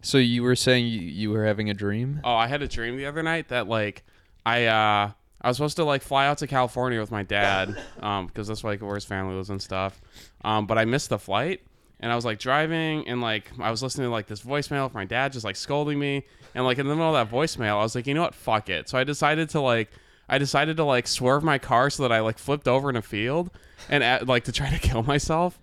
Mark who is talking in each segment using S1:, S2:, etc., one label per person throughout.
S1: So you were saying you, you were having a dream?
S2: Oh, I had a dream the other night that like I uh I was supposed to like fly out to California with my dad um because that's like where his family lives and stuff. Um but I missed the flight and I was like driving and like I was listening to like this voicemail of my dad just like scolding me and like in the middle of that voicemail I was like, "You know what? Fuck it." So I decided to like I decided to like swerve my car so that I like flipped over in a field and at, like to try to kill myself.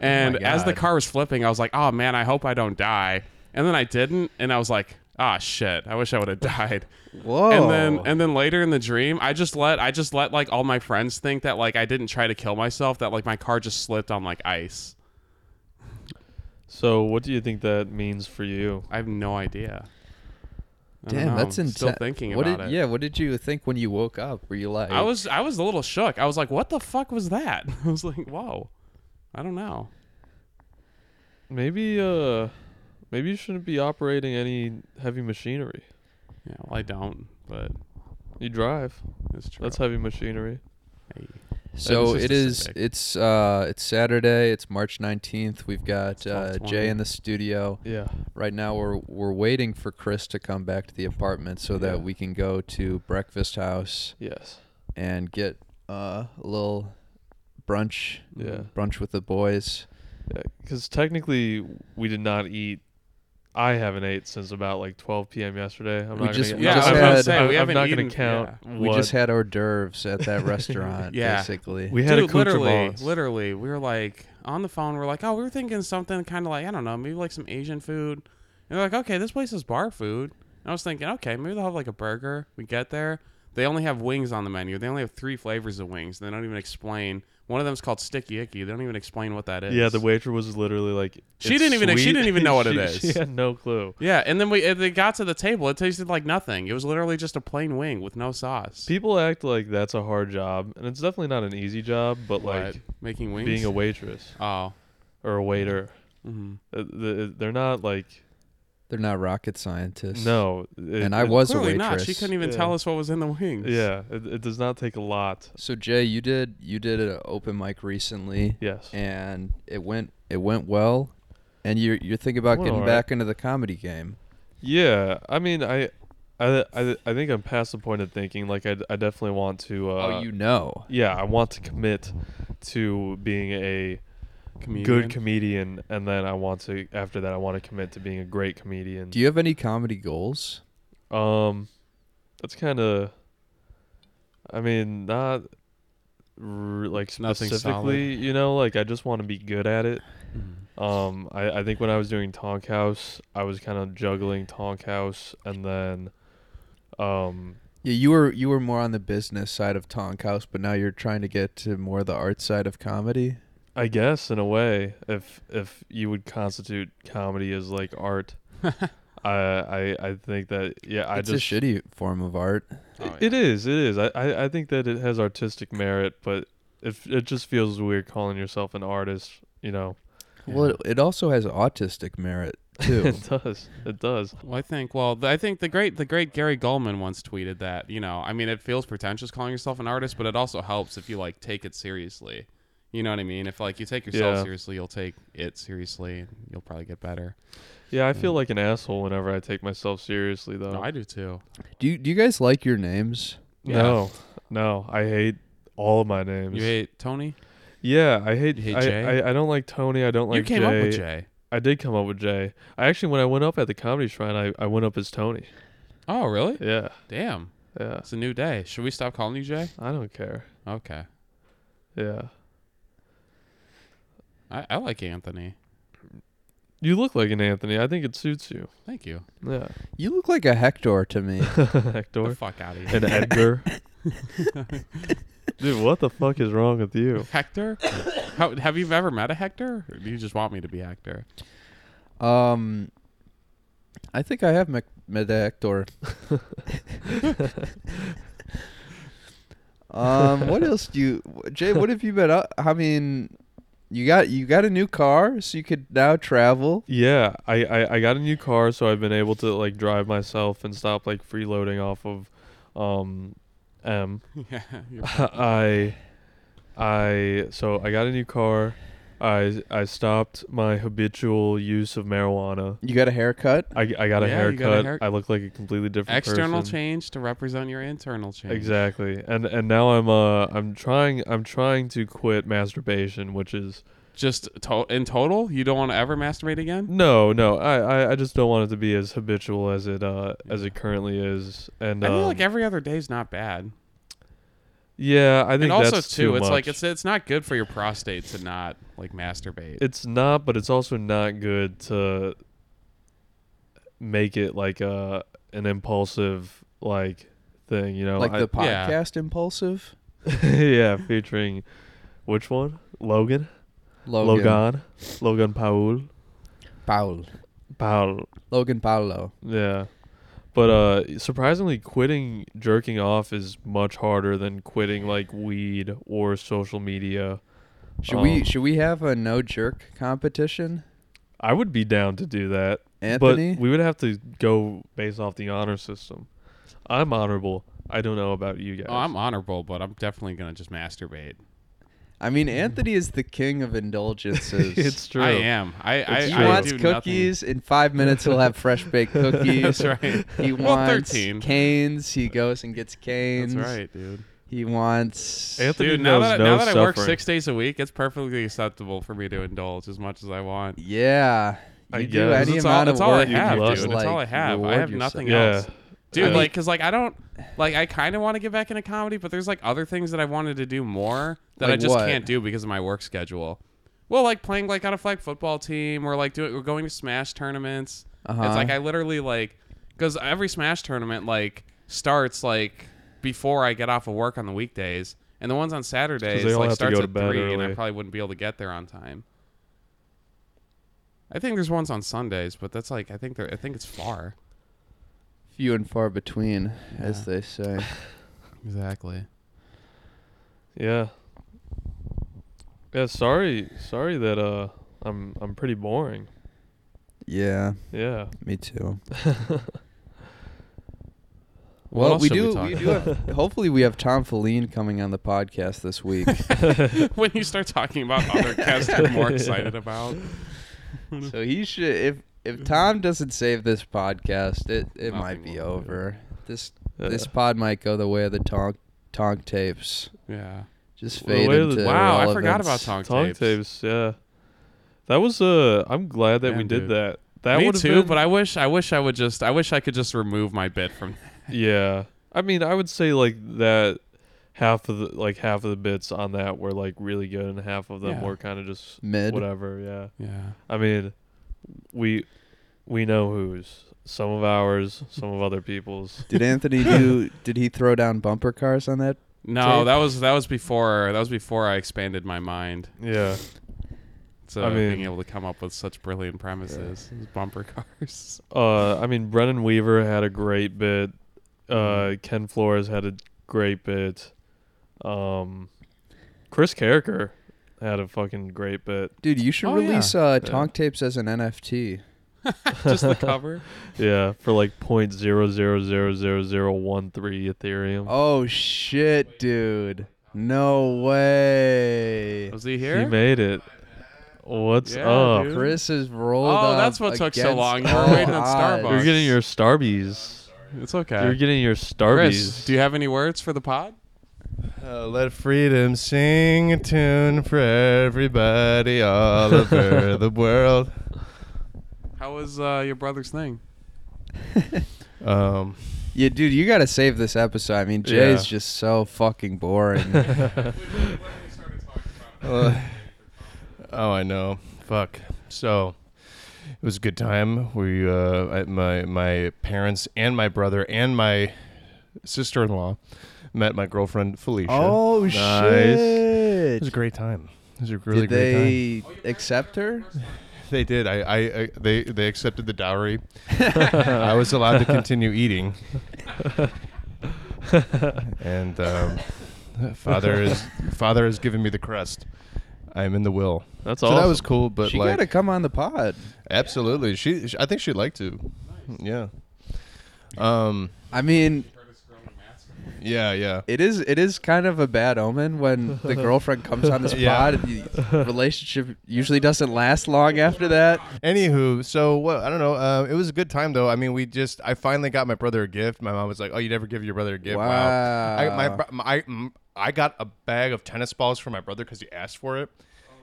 S2: And as the
S1: God.
S2: car was flipping, I was like, "Oh man, I hope I don't die." And then I didn't, and I was like, "Ah shit, I wish I would have died."
S1: Whoa.
S2: And then and then later in the dream, I just let I just let like all my friends think that like I didn't try to kill myself, that like my car just slipped on like ice.
S3: So, what do you think that means for you?
S2: I have no idea. I don't
S1: Damn,
S2: know.
S1: that's
S2: I'm
S1: intense.
S2: Still thinking
S1: what
S2: about
S1: did,
S2: it.
S1: Yeah, what did you think when you woke up? Were you like,
S2: I was I was a little shook. I was like, "What the fuck was that?" I was like, "Whoa." I don't know.
S3: Maybe, uh, maybe you shouldn't be operating any heavy machinery.
S2: Yeah, well, I don't, but
S3: You drive.
S2: it's true.
S3: That's heavy machinery.
S2: Hey.
S1: So
S2: That is
S1: it is.
S2: specific.
S1: It's uh, it's Saturday. It's March nineteenth. We've got
S2: It's
S1: uh,
S2: 12:20.
S1: Jay in the studio
S3: Yeah.
S1: right now. We're we're waiting for Chris to come back to the apartment so that
S3: Yeah.
S1: we can go to Breakfast House
S3: Yes.
S1: and get uh, a little brunch.
S3: Yeah.
S1: brunch with the boys.
S3: Yeah, because technically we did not eat. I haven't ate since about like 12 p.m. yesterday. I'm
S1: We
S3: not
S1: just-
S3: gonna.
S1: we Yeah, just
S3: I'm,
S1: had-
S3: not-
S1: say,
S3: I'm-
S2: we
S3: I'm
S2: haven't
S3: not
S2: eaten-
S3: gonna count.
S1: We
S3: what-
S1: just had hors d'oeuvres at that restaurant.
S2: Yeah.
S1: basically.
S3: we had
S2: Dude, literally,
S3: accoutrements.
S2: literally, we were like on the phone. We're like, oh, we were thinking something kind of like I don't know, maybe like some Asian food. And they're like, okay, this place is bar food. And I was thinking, okay, maybe they'll have like a burger. We get there, they only have wings on the menu. They only have three flavors of wings. They don't even explain. One of them's called sticky icky. They don't even explain what that is.
S3: Yeah, the waitress was literally like.
S2: She
S3: "It's
S2: didn't even- she
S3: sweet."
S2: didn't even know what it
S3: she, She
S2: is.
S3: had no clue.
S2: Yeah, and then we and they got to the table. It tasted like nothing. It was literally just a plain wing with no sauce.
S3: People act like that's a hard job, and it's definitely not an easy job. But
S2: What?
S3: like
S2: making wings.
S3: being a waitress
S2: oh,
S3: or a waiter,
S2: hmm
S3: uh, the- they're not like
S1: They're not rocket scientists.
S3: no. it-
S1: And I
S3: it-
S1: was a
S2: clearly not. She
S1: waitress.
S2: couldn't even
S3: Yeah.
S2: tell us what was in the wings.
S3: Yeah, it, it does not take a lot.
S1: So Jay, you did you did an open mic recently,
S3: Yes.
S1: and it went it went well, and you're you're thinking about
S3: Went
S1: getting
S3: alright.
S1: back into the comedy game.
S3: Yeah, I mean, I, I, I, I think I'm past the point of thinking. Like, I, I definitely want to. Uh,
S1: oh, you know.
S3: Yeah, I want to commit to being a
S2: Comedian.
S3: good comedian, and then I want to. After that, I want to commit to being a great comedian.
S1: Do you have any comedy goals?
S3: um, that's kind of. I mean, not. r like
S2: Nothing solid.
S3: specifically, you know, like I just want to be good at it.
S2: Mhm.
S3: Um, I, I think when I was doing Tonk House, I was kind of juggling Tonk House and then, um,
S1: Yeah, you were you were more on the business side of Tonk House, but now you're trying to get to more the art side of comedy.
S3: I guess in a way, if if you would constitute comedy as like art, I I I think that yeah, I
S1: it's
S3: just
S1: a shitty form of art.
S2: Oh,
S3: it is it is. I, I I think that it has artistic merit, but if it just feels weird calling yourself an artist, you know,
S2: Yeah.
S1: Well, it, it also has autistic merit too.
S3: it does it does.
S2: Well, I think well, th- I think the great the great Gary Goldman once tweeted that you know, I mean, it feels pretentious calling yourself an artist, but it also helps if you like take it seriously. You know what I mean? If like you take yourself
S3: Yeah.
S2: seriously, you'll take it seriously, and you'll probably get better.
S3: Yeah, I feel like an asshole whenever I take myself seriously though.
S2: No, Mm. I do too.
S1: do you, do you guys like your names?
S2: Yeah.
S3: No, no, I hate all of my names.
S2: You hate Tony?
S3: yeah, I hate.
S2: You hate
S3: I,
S2: Jay?
S3: I I don't like Tony. I don't like.
S2: you came up with
S3: Jay.
S2: Jay.
S3: I did come up with Jay. I actually, when I went up at the Comedy Shrine, I, I went up as Tony.
S2: Oh, really?
S3: Yeah,
S2: Damn,
S3: yeah.
S2: it's a new day. Should we stop calling you Jay?
S3: I don't care.
S2: Okay,
S3: Yeah.
S2: I, I like Anthony.
S3: You look like an Anthony. I think it suits you.
S2: Thank you.
S3: Yeah.
S1: You look like a Hector to me.
S2: Get the
S3: Hector.
S2: fuck out of here,
S3: And Edgar. Dude, what the fuck is wrong with you?
S2: Hector. How, have you ever met a Hector? Or do you just want me to be Hector?
S1: Um, I think I have Mac- met a Hector. um, what else do you, wh- Jay? What have you been up? I mean, you got you got a new car, so you could now travel.
S3: Yeah, I, I, I got a new car, so I've been able to like drive myself and stop like freeloading off of um M.
S2: yeah, you're
S3: I I so I got a new car. I I stopped my habitual use of marijuana.
S1: You got a haircut?
S3: I, I got a
S2: Yeah,
S3: haircut.
S2: you got a hair-
S3: I look like a completely different
S2: External
S3: person.
S2: change to represent your internal change.
S3: Exactly. And and now I'm uh I'm trying I'm trying to quit masturbation, which is
S2: Just to- in total, you don't want to ever masturbate again.
S3: no, no. I, I, I just don't want it to be as habitual as it uh as it currently is. And
S2: I feel
S3: um,
S2: like every other day is not bad.
S3: yeah, I think
S2: And also
S3: that's
S2: too,
S3: too
S2: it's like
S3: much.
S2: it's it's not good for your prostate to not like masturbate.
S3: it's not but it's also not good to make it like a an impulsive like thing you know
S1: like
S3: I-
S1: the
S2: yeah.
S1: podcast impulsive?
S3: yeah featuring which one logan
S1: Logan.
S3: logan logan paul
S1: Paul.
S3: paul
S1: Logan Paolo.
S3: yeah but uh surprisingly quitting jerking off is much harder than quitting like weed or social media
S1: Should we
S3: Um,
S1: should we have a no jerk competition?
S3: i would be down to do that
S1: Anthony?
S3: But we would have to go based off the honor system. I'm honorable. I don't know about you guys.
S2: oh, I'm honorable, but I'm definitely gonna just masturbate.
S1: I mean Anthony is the king of indulgences.
S3: it's true.
S2: I am. I I,
S3: It's
S1: he
S2: I
S3: true.
S1: wants
S2: do
S1: cookies. In five minutes, he'll have fresh baked cookies.
S2: That's right.
S1: He
S2: Well,
S1: wants
S2: 13.
S1: canes. He goes and gets canes.
S2: Nothing. That's right, dude.
S1: He wants.
S3: Anthony
S2: Dude, now
S3: knows
S2: that,
S3: no
S2: now that I work
S3: suffering.
S2: six days a week, it's perfectly acceptable for me to indulge as much as I want.
S1: Yeah.
S3: I
S1: You do
S3: guess.
S1: any
S2: It's all-
S1: amount
S2: it's
S1: of
S2: all I
S1: work, you
S2: have,
S1: just,
S3: dude.
S2: It's all I
S1: like,
S2: have. I
S1: reward
S2: have nothing
S1: yourself.
S3: yeah.
S2: else. Dude,
S3: Yeah.
S2: like, cause like I don't, like I kind of want to get back into comedy, but there's like other things that I wanted to do more that I
S1: Like
S2: just
S1: what?
S2: can't do because of my work schedule. Well, like playing like on a flag football team, or like doing, we're going to Smash tournaments.
S1: Uh-huh.
S2: It's like I literally like, cause every Smash tournament like starts like before I get off of work on the weekdays, and the ones on Saturdays
S3: all
S2: like
S3: have to
S2: starts
S3: go to
S2: at
S3: bed
S2: three, and I
S3: early.
S2: probably wouldn't be able to get there on time. I think there's ones on Sundays, but that's like I think they're I think it's far.
S1: Few and far between, as they say.
S2: Exactly.
S3: Yeah. Yeah, sorry sorry that uh I'm I'm pretty boring.
S1: Yeah,
S3: Yeah.
S1: me too.
S2: What
S1: Well,
S2: else
S1: we
S2: should we
S1: do.
S2: talk
S1: We, do. Have, hopefully, we have Tom Feline coming on the podcast this week.
S2: when you start talking about other guests you're more excited about.
S1: so he should. If if Tom doesn't save this podcast, it it might
S2: Nothing
S1: be
S2: will.
S1: over. This
S3: Yeah.
S1: this pod might go the way of the tonk tonk tapes.
S2: Yeah.
S1: Just
S3: The way
S1: fade
S3: of
S1: into
S3: the-
S2: Wow, I forgot about
S1: irrelevance.
S2: Tonk,
S3: Tongue
S2: tapes.
S3: tapes, yeah. That was uh I'm glad that we
S2: Man,
S3: did
S2: dude.
S3: that. That
S2: Me
S3: would've
S2: too,
S3: been-
S2: but I wish I wish I would just I wish I could just remove my bit from
S3: Yeah. I mean, I would say like that half of the like half of the bits on that were like really good and half of them
S2: Yeah.
S3: were kind of just
S1: Mid.
S3: whatever, yeah.
S2: Yeah.
S3: I mean, we we know whose. Some of ours, some of other people's.
S1: Did Anthony do? Did he throw down bumper cars on that?
S2: No,
S1: Tape?
S2: that was that was before that was before I expanded my mind
S3: Yeah.
S2: to
S3: I
S2: being
S3: mean-
S2: able to come up with such brilliant premises. Those Bumper cars.
S3: Uh, I mean, Brennan Weaver had a great bit. Uh, Ken Flores had a great bit. Um, Chris Carricker had a fucking great bit.
S1: Dude, you should
S2: Oh, yeah.
S1: release uh, Tonk tapes as an NFT.
S2: just the cover.
S3: Yeah, for like point zero zero zero zero zero one three Ethereum.
S1: Oh shit, dude! No way.
S2: Was he
S3: He
S2: here?
S3: made it. What's
S2: Yeah,
S3: up?
S2: dude.
S1: Chris is rolled.
S2: Oh,
S1: up
S2: that's what took so
S1: against
S2: long. You were
S1: all
S2: waiting on
S1: odds.
S2: Starbucks.
S3: You're getting your Starbies.
S2: it's okay.
S3: You're getting your
S2: Chris,
S3: Starbies.
S2: do you have any words for the pod?
S4: Uh, let freedom sing a tune for everybody all over the world.
S2: How was uh, your brother's thing?
S4: Um,
S1: Yeah, dude, you gotta save this episode. I mean, Jay's
S3: Yeah.
S1: just so fucking boring.
S4: uh, oh, I know. Fuck. So it was a good time. We, uh, I, my my parents and my brother and my sister-in-law met my girlfriend Felicia.
S1: oh
S3: Nice.
S4: it was a
S1: shit!
S4: great time. It was a really
S1: Did
S4: great time.
S1: they accept her?
S4: They did. I, I, I they they accepted the dowry. I was allowed to continue eating. and um, father is father has given me the crest. I'm in the will.
S3: That's
S4: so that
S3: awesome.
S4: was cool. But
S1: she
S4: like,
S1: gotta come on the pod.
S4: absolutely, she, she. I think she'd like to. Yeah. Um.
S1: I mean,
S4: Yeah, yeah.
S1: It is it is kind of a bad omen when the girlfriend comes on this
S4: Yeah.
S1: pod and the relationship usually doesn't last long after that.
S4: Anywho, so what? I don't know. Uh, it was a good time though. I mean, we just I finally got my brother a gift. My mom was like, "Oh, you never give your brother a gift." Wow. I, my,
S1: Wow.
S4: bro- my, I, mm, I got a bag of tennis balls for my brother because he asked for it.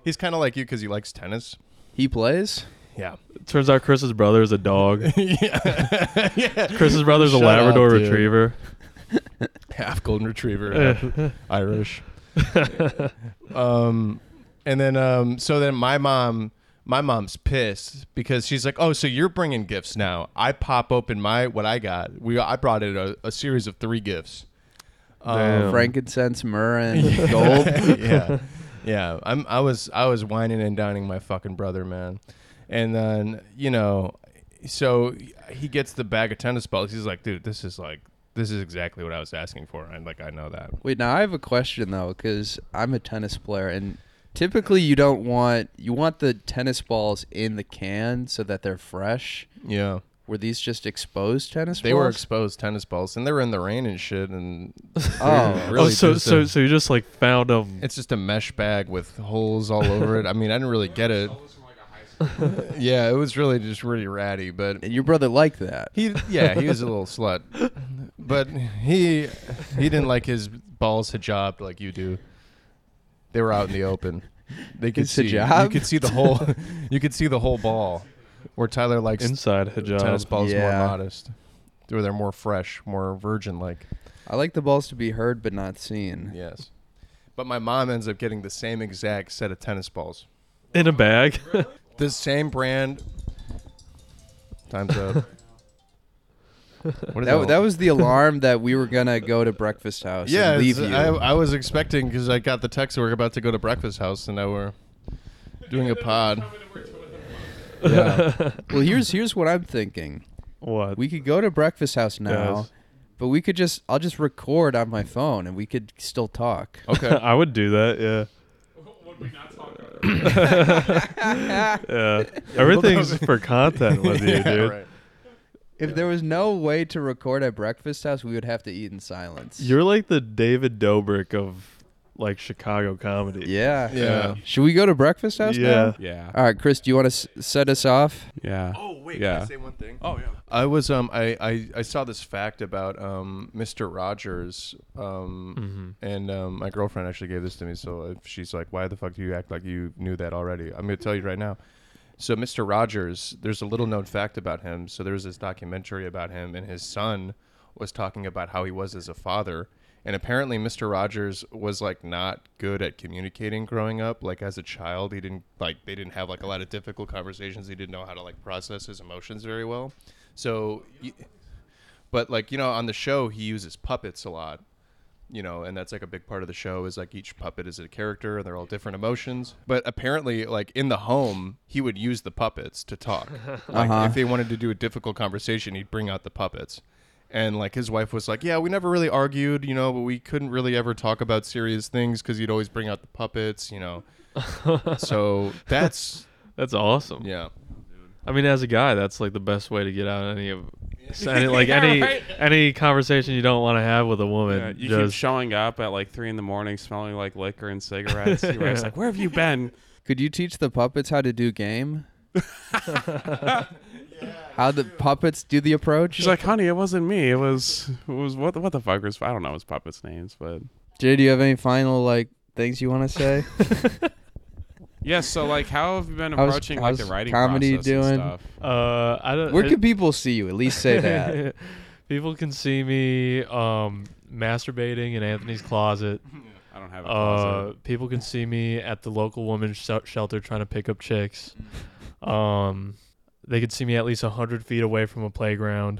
S4: He's kind of like you because he likes tennis.
S1: He plays.
S4: Yeah.
S3: Turns out Chris's brother is a dog.
S4: yeah.
S3: Chris's brother's a
S4: Shut up,
S3: Labrador
S4: dude.
S3: Retriever.
S4: Half golden retriever, half Irish. um, and then um, so then my mom, my mom's pissed because she's like, "Oh, so you're bringing gifts now?" I pop open my what I got. We I brought in a, a series of three gifts.
S3: Damn.
S1: Frankincense, myrrh, and gold.
S4: yeah, yeah. I'm. I was. I was whining and dining my fucking brother, man. And then you know, so he gets the bag of tennis balls. He's like, dude, this is like, this is exactly what I was asking for. I'm like, I know that.
S1: Wait, now I have a question though, because I'm a tennis player, and typically you don't want you want the tennis balls in the can so that they're fresh.
S4: Yeah.
S1: Were these just exposed tennis
S4: They were
S1: balls?
S4: exposed tennis balls, and they were in the rain and shit. And
S1: oh,
S4: Really
S3: oh, so
S4: just
S3: so
S4: a-
S3: so you just like found them.
S4: it's just a mesh bag with holes all over it. I mean, I didn't really get it. Yeah, it was really just really ratty, but
S1: and your brother liked that.
S4: He yeah, he was a little slut, but he he didn't like his balls hijabbed like you do. They were out in the open. They could
S1: His
S4: see you
S1: hijab?
S4: could see the whole you could see the whole ball. Where Tyler likes
S3: Inside
S4: tennis
S3: hijab.
S4: balls
S1: Yeah.
S4: more modest, where they're more fresh, more virgin like.
S1: I like the balls to be heard but not seen.
S4: Yes, but my mom ends up getting the same exact set of tennis balls,
S3: In a bag.
S4: the same brand. Time's up. What is
S1: That,
S4: all-
S1: that was the alarm that we were gonna go to breakfast house.
S4: Yeah,
S1: and leave
S4: it's-
S1: you.
S4: I, I was expecting because I got the text we are about to go to breakfast house, and now we're doing a pod. Yeah.
S1: well, here's here's what I'm thinking.
S3: what?
S1: We could go to breakfast house now,
S3: Guys.
S1: but we could just I'll just record on my phone and we could still talk.
S4: Okay.
S3: I would do that. Yeah.
S2: Would we not talk about it?
S3: Yeah. Everything's for content with you,
S4: Yeah,
S3: dude.
S4: right.
S1: If there was no way to record at breakfast house, we would have to eat in silence.
S3: You're like the David Dobrik of like Chicago comedy.
S1: yeah.
S4: Yeah.
S1: Should we go to breakfast house
S3: Yeah.
S1: now?
S2: Yeah.
S1: All right, Chris, do you want to s- set us off?
S2: Yeah.
S4: Oh wait,
S2: can I
S4: I
S2: Yeah.
S4: say
S2: say
S4: one thing?
S2: Oh yeah.
S4: I was um I, I, I saw this fact about um Mr. Rogers um and um, my girlfriend actually gave this to me so if she's like why the fuck do you act like you knew that already I'm gonna tell you right now so Mr. Rogers there's a little known fact about him so there was this documentary about him and his son was talking about how he was as a father and apparently Mr. Rogers was like not good at communicating growing up like as a child he didn't like they didn't have like a lot of difficult conversations he didn't know how to like process his emotions very well so y- but like you know on the show he uses puppets a lot you know and that's like a big part of the show is like each puppet is a character and they're all different emotions but apparently like in the home he would use the puppets to talk like
S1: Uh-huh.
S4: if they wanted to do a difficult conversation he'd bring out the puppets and like his wife was like yeah we never really argued you know but we couldn't really ever talk about serious things because you'd always bring out the puppets you know so that's
S3: That's awesome.
S4: yeah
S3: I mean, as a guy, that's like the best way to get out any of any, like any
S2: right.
S3: any conversation you don't want to have with a woman.
S2: Yeah, you keep
S3: Uh, just
S2: showing up at like three in the morning, smelling like liquor and cigarettes. Your wife's like, "Where have you been?"
S1: Could you teach the puppets how to do game? how the puppets do the approach?
S2: She's like, "Honey, it wasn't me. It was, it was what? the- What the fuck was? I don't know his puppets' names, but
S1: Jay, do you have any final like things you want to say?
S2: yeah." So like, how have you been
S1: How's-
S2: approaching like
S1: how's
S2: the writing
S1: comedy
S2: process and
S1: doing?
S2: stuff?
S3: uh, I don't.
S1: Where
S3: it-
S1: can people see you? At least say that.
S3: people can see me um masturbating in Anthony's closet.
S2: I don't have a
S3: Uh,
S2: closet.
S3: people can see me at the local women's sh- shelter trying to pick up chicks.
S4: Mm.
S3: Um, they could see me at least hundred feet away from a playground.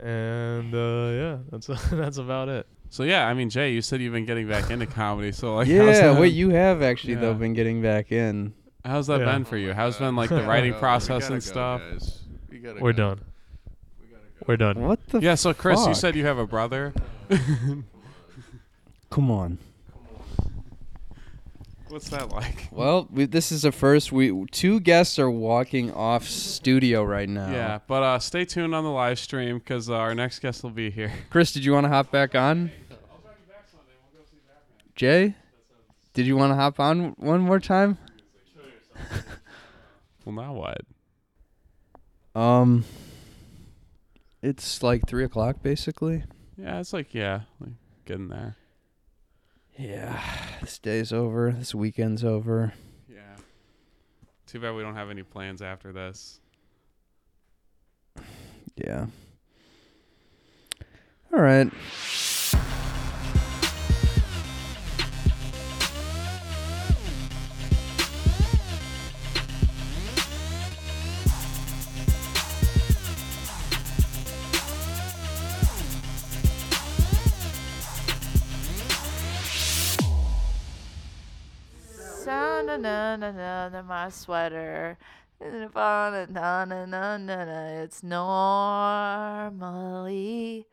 S3: And uh, yeah, that's that's about it.
S2: So yeah, I mean, Jay, you said you've been getting back into comedy. So like, how's
S1: yeah,
S2: that,
S1: wait, you have actually though
S2: Yeah.
S1: been getting back in.
S2: how's that
S3: Yeah.
S2: been for you? How's been like
S4: Oh
S2: the
S4: my
S2: writing
S4: God, we
S2: process
S4: gotta
S2: and
S4: go,
S2: stuff?
S4: guys. We gotta
S3: We're
S4: go.
S3: done. We're done.
S1: What the
S2: Yeah. So Chris, you
S1: Fuck.
S2: said you have a brother.
S1: Come on.
S2: What's that like?
S1: Well, we, this is the first. We two guests are walking off studio right now.
S2: Yeah, but uh, stay tuned on the live stream because uh, our next guest will be here.
S1: Chris, did you want to hop back on? Jay, did you want to hop on one more time?
S2: Well, now what?
S1: Um, it's like three o'clock basically.
S2: Yeah, it's like yeah, like getting there.
S1: Yeah, this day's over. This weekend's over.
S2: Yeah. Too bad we don't have any plans after this.
S1: Yeah. All right.
S5: So na na na na na my sweater. And if I- na na na na na it's normally